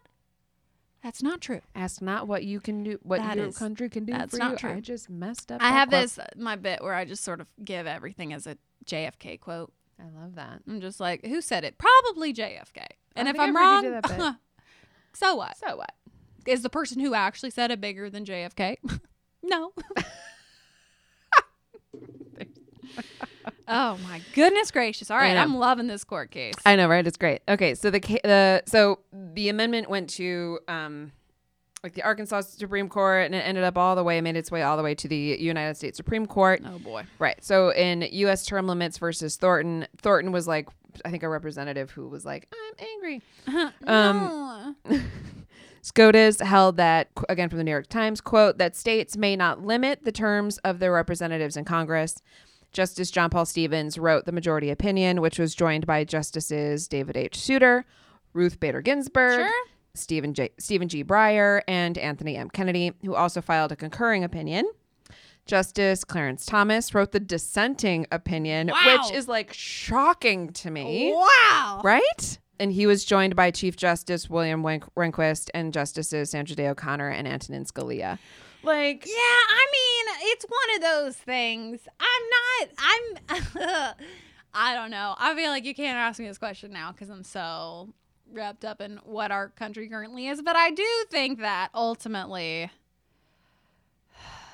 That's not true.
Ask not what you can do, what
That
your
is-
country can do
that's
for
not
you.
true.
I just messed up.
I
that
have
quote.
this uh, my bit where I just sort of give everything as a JFK quote.
I love that.
I'm just like, who said it? Probably JFK. And if
think
I'm
I've heard you
wrong,
do that
so what?
So what?
Is the person who actually said it bigger than JFK? no. oh my goodness gracious! All right,
know.
I'm loving this court case.
I know, right? It's great. Okay, so the ca- the so the amendment went to um like the Arkansas Supreme Court, and it ended up all the way, made its way all the way to the United States Supreme Court.
oh boy.
Right. So in U.S. term limits versus Thornton, Thornton was like, I think a representative who was like, I'm angry. Um, SCOTUS held that, qu- again from the New York Times, quote, that states may not limit the terms of their representatives in Congress. Justice John Paul Stevens wrote the majority opinion, which was joined by Justices David H. Souter, Ruth Bader Ginsburg, Stephen, J- Stephen G. Breyer, and Anthony M. Kennedy, who also filed a concurring opinion. Justice Clarence Thomas wrote the dissenting opinion, which is like shocking to me. Wow. Right? And he was joined by Chief Justice William Wen- Rehnquist and Justices Sandra Day O'Connor and Antonin Scalia. Like,
Yeah, I mean, it's one of those things. I'm not. I'm. I don't know. I feel like you can't ask me this question now because I'm so wrapped up in what our country currently is. But I do think that ultimately,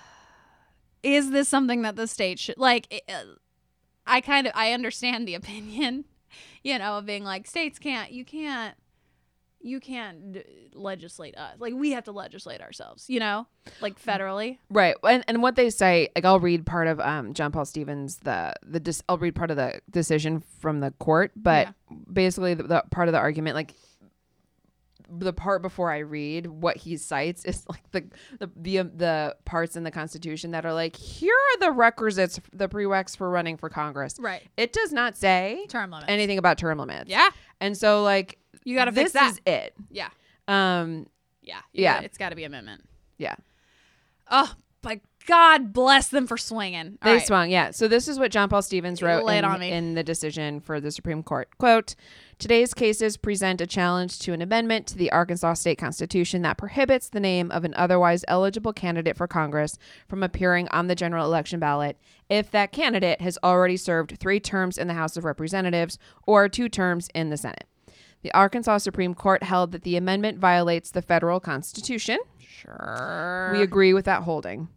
is this something that the state should like? it- uh, I kind of I understand the opinion, you know, of being like states can't. You can't. You can't d- legislate us. Like we have to legislate ourselves, you know, like federally.
right. And, and what they say, like, I'll read part of um, John Paul Stevens, the, the dis- I'll read part of the decision from the court, but basically the, the part of the argument, like, the part before I read what he cites is like the the the, um, the parts in the Constitution that are like here are the requisites, the prereqs for running for Congress.
Right.
It does not say
Term limits.
anything about term limits.
Yeah.
And so like
You gotta
this
fix that.
is it.
Yeah.
Um.
Yeah.
Yeah.
It's got to be amendment.
Yeah.
Oh, but God bless them for swinging. All
They
right.
swung, yeah. So this is what John Paul Stevens wrote
Lay it
in,
on me.
in the decision for the Supreme Court. Quote, today's cases present a challenge to an amendment to the Arkansas state constitution that prohibits the name of an otherwise eligible candidate for Congress from appearing on the general election ballot if that candidate has already served three terms in the House of Representatives or two terms in the Senate. The Arkansas Supreme Court held that the amendment violates the federal constitution. Sure. We agree with that holding.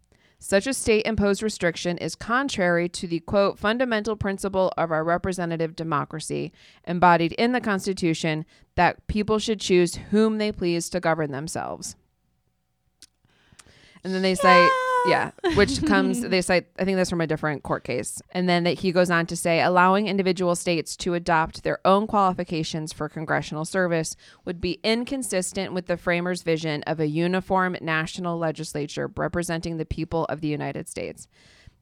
Such a state imposed restriction is contrary to the quote fundamental principle of our representative democracy embodied in the Constitution that people should choose whom they please to govern themselves. And then they cite, yeah, which comes, they cite, I think that's from a different court case. And then that he goes on to say, allowing individual states to adopt their own qualifications for congressional service would be inconsistent with the framers' vision of a uniform national legislature representing the people of the United States.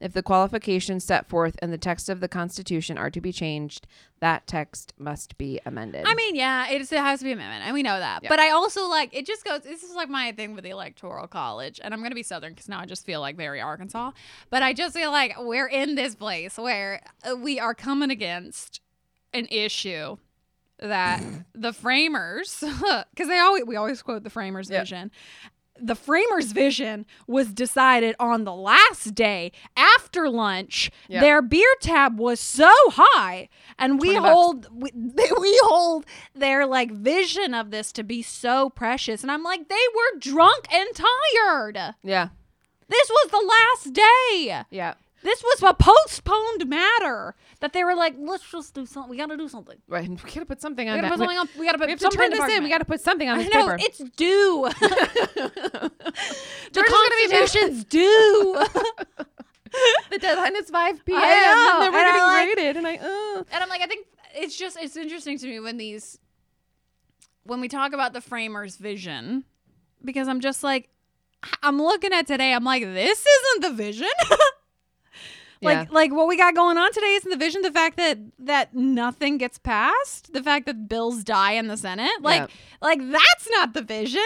If the qualifications set forth in the text of the Constitution are to be changed, that text must be amended.
I mean, yeah, it, is- it has to be an amendment, and we know that. But I also like it. Just goes. This is like my thing with the electoral college, and I'm gonna be southern because now I just feel like very Arkansas. But I just feel like we're in this place where uh, we are coming against an issue that the framers, because they always we always quote the framers' vision. The framers' vision was decided on the last day after lunch.
Yeah.
Their beer tab was so high, and we
20 bucks.
hold we, we hold their like vision of this to be so precious. And I'm like, they were drunk and tired.
yeah,
This was the last day.
yeah,
This was a postponed matter that they were like, let's just do something. We got to do something.
right. We gotta put something
We
on.
got to
that.
put something on. We got to put
we have to
some
turn
kind of
this in. We
argument.
got to put something on
I
this
know
paper.
it's due. the
just gonna be doing-
Constitution's due.
the deadline is 5 p.m.
know,
And then we're
and I'm
getting
like-
raided. And I, uh.
and I'm like, I think it's just it's interesting to me when these when we talk about the framers' vision, because I'm just like, I'm looking at today. I'm like, this isn't the vision. like
Yeah.
like what we got going on today isn't the vision. The fact that that nothing gets passed, the fact that bills die in the Senate, like like that's not the vision.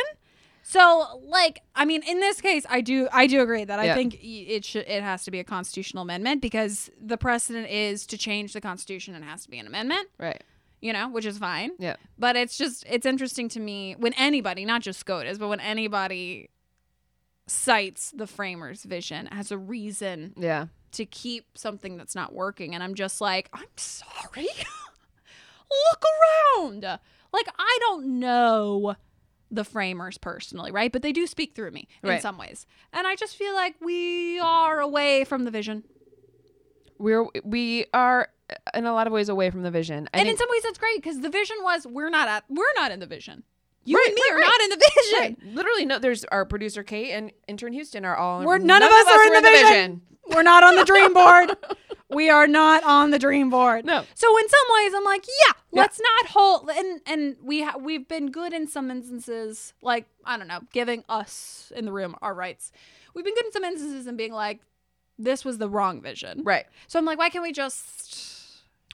So like I mean in this case I do I do agree that
Yeah.
I think y- it should it has to be a constitutional amendment because the precedent is to change the constitution and it has to be an amendment,
Right.
you know, which is fine.
Yeah.
But it's just it's interesting to me when anybody, not just SCOTUS, but when anybody cites the framers vision as a reason
Yeah.
to keep something that's not working and I'm just like, I'm sorry. Look around. Like I don't know the framers personally, right? But they do speak through me in
Right.
some ways. And I just feel like we are away from the vision.
We're, we are uh, in a lot of ways away from the vision.
and
I
in
think,
some ways that's great because the vision was we're not at we're not in the vision. You
Right,
and me
right,
are
right.
not in the vision.
Right. Literally, no, there's our producer Kate and intern Houston are all
We're none, of us, are in the vision. We're not on the dream board. we are not on the dream board.
No.
So in some ways, I'm like, yeah, let's not hold. And and we ha- we've been good in some instances, like I don't know, giving us in the room our rights. We've been good in some instances and being like, this was the wrong vision.
Right.
So I'm like, why can't we just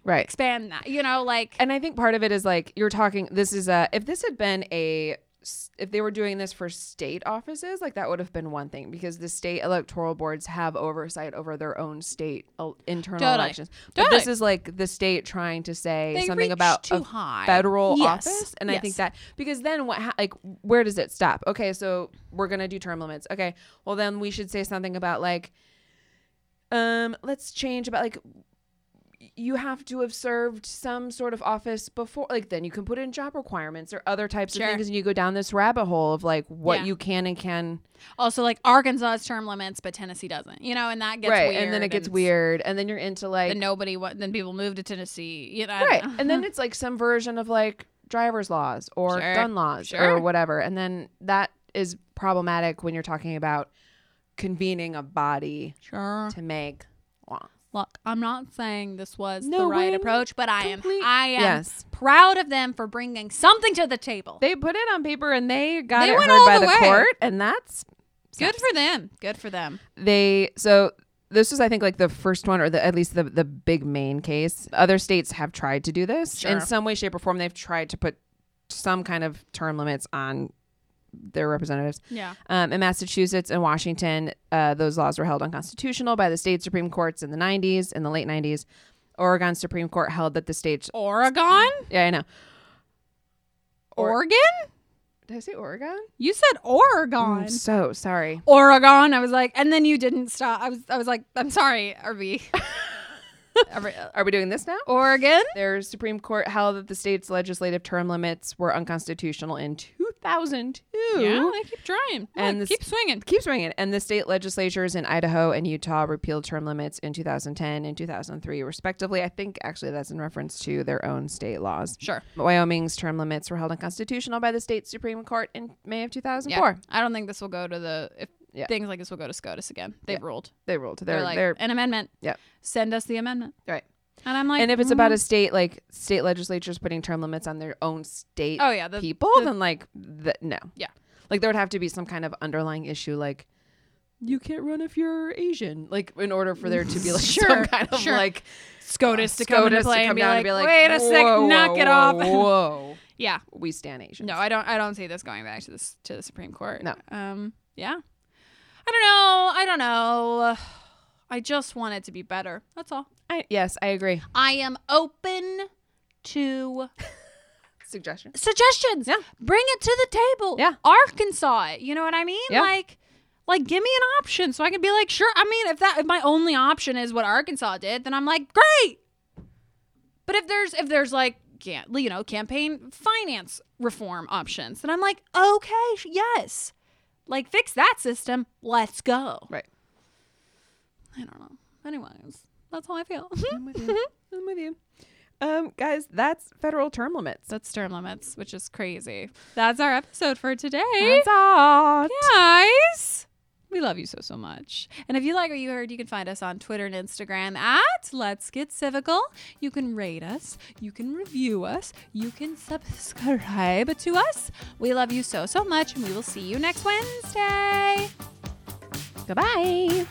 Right.
expand that? You know, like
And I think part of it is like you're talking. This is a if this had been a s- if they were doing this for state offices, like that would have been one thing because the state electoral boards have oversight over their own state el- internal
Totally.
elections. But this
Totally.
is like the state trying to say
They
something
reach
about
too
a
high.
federal
Yes.
office, and I think
Yes.
that because then what ha- like where does it stop? Okay, so we're gonna do term limits. Okay, well then we should say something about like um let's change about like you have to have served some sort of office before like then you can put in job requirements or other types
Sure.
of things and you go down this rabbit hole of like what
Yeah.
you can and can
also like Arkansas has term limits, but Tennessee doesn't. You know, and that gets
right
weird
and then it gets weird and then you're into like
Then nobody. wa- Then people move to Tennessee. You know, I don't
right
know.
and then it's like some version of like driver's laws or
Sure.
gun laws or
Sure.
whatever and then that is problematic when you're talking about convening a body
Sure.
to make law
Look, I'm not saying this was the
No,
right
we're
approach, but I am
complete-
I am
Yes.
proud of them for bringing something to the table.
they put it on paper and they got
They
it
went
heard
all
by
the
the
way.
court and that's
Good for them. Good for them.
they so this was i think like the first one or the at least the the big main case other states have tried to do this in
Sure.
some way shape or form they've tried to put some kind of term limits on their representatives
Yeah.
um, in massachusetts and washington uh, those laws were held unconstitutional by the state supreme courts in the 90s in the late 90s oregon supreme court held that the states
Oregon?
yeah i know Or-
Oregon?
did i say oregon
You said Oregon.
i'm so sorry
Oregon. I was like, and then you didn't stop. I was I was like, I'm sorry, RB.
are we doing this now
Oregon?
Their Supreme Court held that the state's legislative term limits were unconstitutional in 2002.
Yeah, they keep trying. Look,
And this-
keep swinging.
Keeps ringing. And the state legislatures in Idaho and Utah repealed term limits in 2010 and 2003, respectively. I think actually that's in reference to their own state laws.
Sure.
Wyoming's term limits were held unconstitutional by the state Supreme Court in May of
Yeah.
2004.
I don't think this will go to the if
Yeah.
things like this will go to SCOTUS again. They've ruled.
They ruled.
They're,
They're,
like
they're
an amendment.
Yeah.
Send us the amendment.
right.
And I'm like mm.
and if it's about a state like state legislatures putting term limits on their own state
Oh, yeah, the-
people
the-
then like the, no
Yeah.
like there would have to be some kind of underlying issue like you can't run if you're asian like in order for there to be like some
Sure,
kind of
sure.
like
SCOTUS to come into
SCOTUS
play and be
down
like, wait a sec,
"Whoa,
knock it
whoa,
off.
whoa
yeah.
we stand asian
No, I don't. I don't see this going back to this to the Supreme Court.
No.
Um. Yeah. I don't know. I don't know. I just want it to be better. That's all.
I yes i agree
I am open to
suggestion
suggestions.
Yeah.
Bring it to the table.
Yeah.
Arkansas. it, You know what I mean?
Yeah.
Like like give me an option so I can be like, sure. I mean, if that if my only option is what Arkansas did, then I'm like, great. But if there's if there's like can you know, campaign finance reform options, then I'm like, okay, sh- yes. Like fix that system. Let's go.
Right.
I don't know. Anyways, that's how I feel.
i'm with you um guys that's federal term limits
That's term limits, which is crazy. That's our episode for today.
that's all
guys. We love you so so much. And if you like what you heard, you can find us on Twitter and Instagram at Let's Get Civical. You can rate us, you can review us, you can subscribe to us. We love you so so much, and we will see you next Wednesday.
goodbye